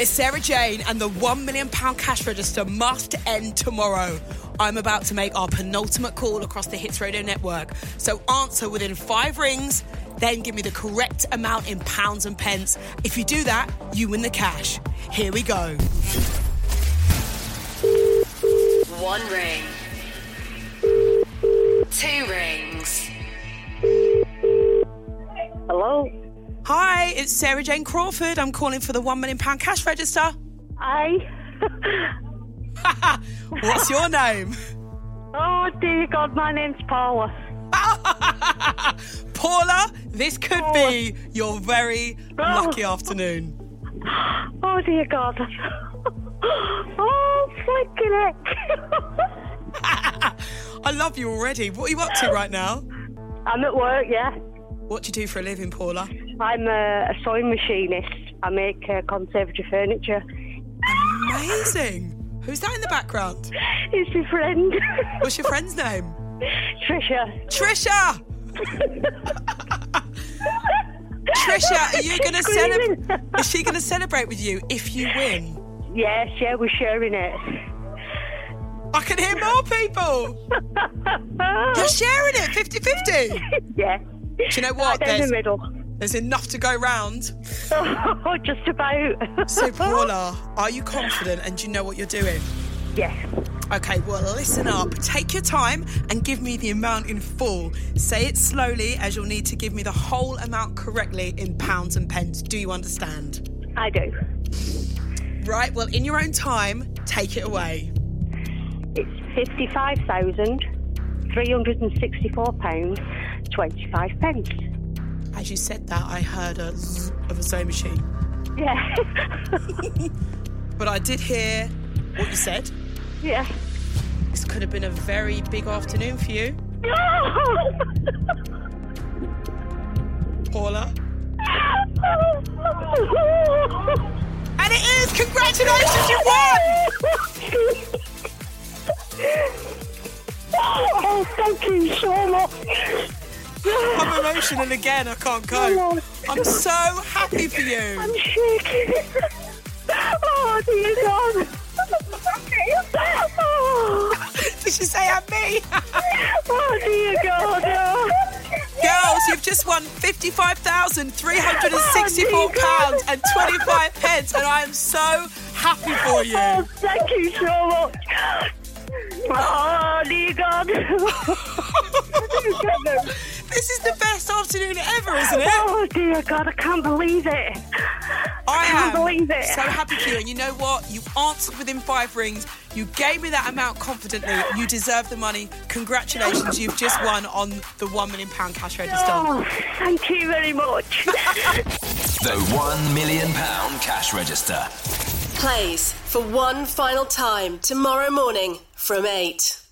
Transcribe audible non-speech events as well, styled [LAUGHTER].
It's Sarah Jane, and the £1 million cash register must end tomorrow. I'm about to make our penultimate call across the Hits Radio Network. So answer within five rings, then give me the correct amount in pounds and pence. If you do that, you win the cash. Here we go. One ring. Two rings. Hello. Hi, it's Sarah Jane Crawford. I'm calling for the £1 million cash register. Hi. [LAUGHS] What's your name? oh dear God, my name's Paula. Paula, this could be your very lucky afternoon. [LAUGHS] Oh dear God. [LAUGHS] oh freaking it. [LAUGHS] I love you already. What are you up to right now? I'm at work, yeah. What do you do for a living, Paula? I'm a, a sewing machinist. I make uh, conservatory furniture. [LAUGHS] Amazing. Who's that in the background? It's my friend, What's your friend's name? [LAUGHS] Trisha. Trisha! Trisha, are you gonna Screaming. celebrate? Is she gonna celebrate with you if you win? Yes, yeah, we're sharing it. I can hear more people. You're sharing it 50 50. [LAUGHS] yeah. Do you know what? Down the There's, middle. [LAUGHS] there's enough to go round. Oh, just about. So, [LAUGHS] Paula, are you confident and do you know what you're doing? yes. Okay, well, listen up. Take your time and give me the amount in full. Say it slowly, as you'll need to give me the whole amount correctly in pounds and pence. Do you understand? I do. Right, well, in your own time, take it away. It's fifty-five thousand three hundred and sixty-four pounds twenty-five pence. As you said that, I heard a zzz of a sewing machine, Yeah, but I did hear what you said. [LAUGHS] yeah. This could have been a very big afternoon for you, Oh, Paula. And it is! Congratulations, you won! Oh, thank you so much. [LAUGHS] I'm emotional again, I can't cope. I'm so happy for you. I'm shaking. Oh dear God. Oh, Did she say at me? oh dear God. [LAUGHS] Girls, you've just won £55,364 and 25 pence, and I am so happy for you. [LAUGHS] Oh, thank you so much. Oh dear God. [LAUGHS] This is the best afternoon ever, isn't it? Oh dear God, I can't believe it. I Oh, can't am believe it. so happy for you. And you know what? You answered within five rings. You gave me that amount confidently. You deserve the money. Congratulations, you've just won on the £1 million cash register. Oh, thank you [LAUGHS] very much. The £1 million cash register. Plays for one final time tomorrow morning from 8.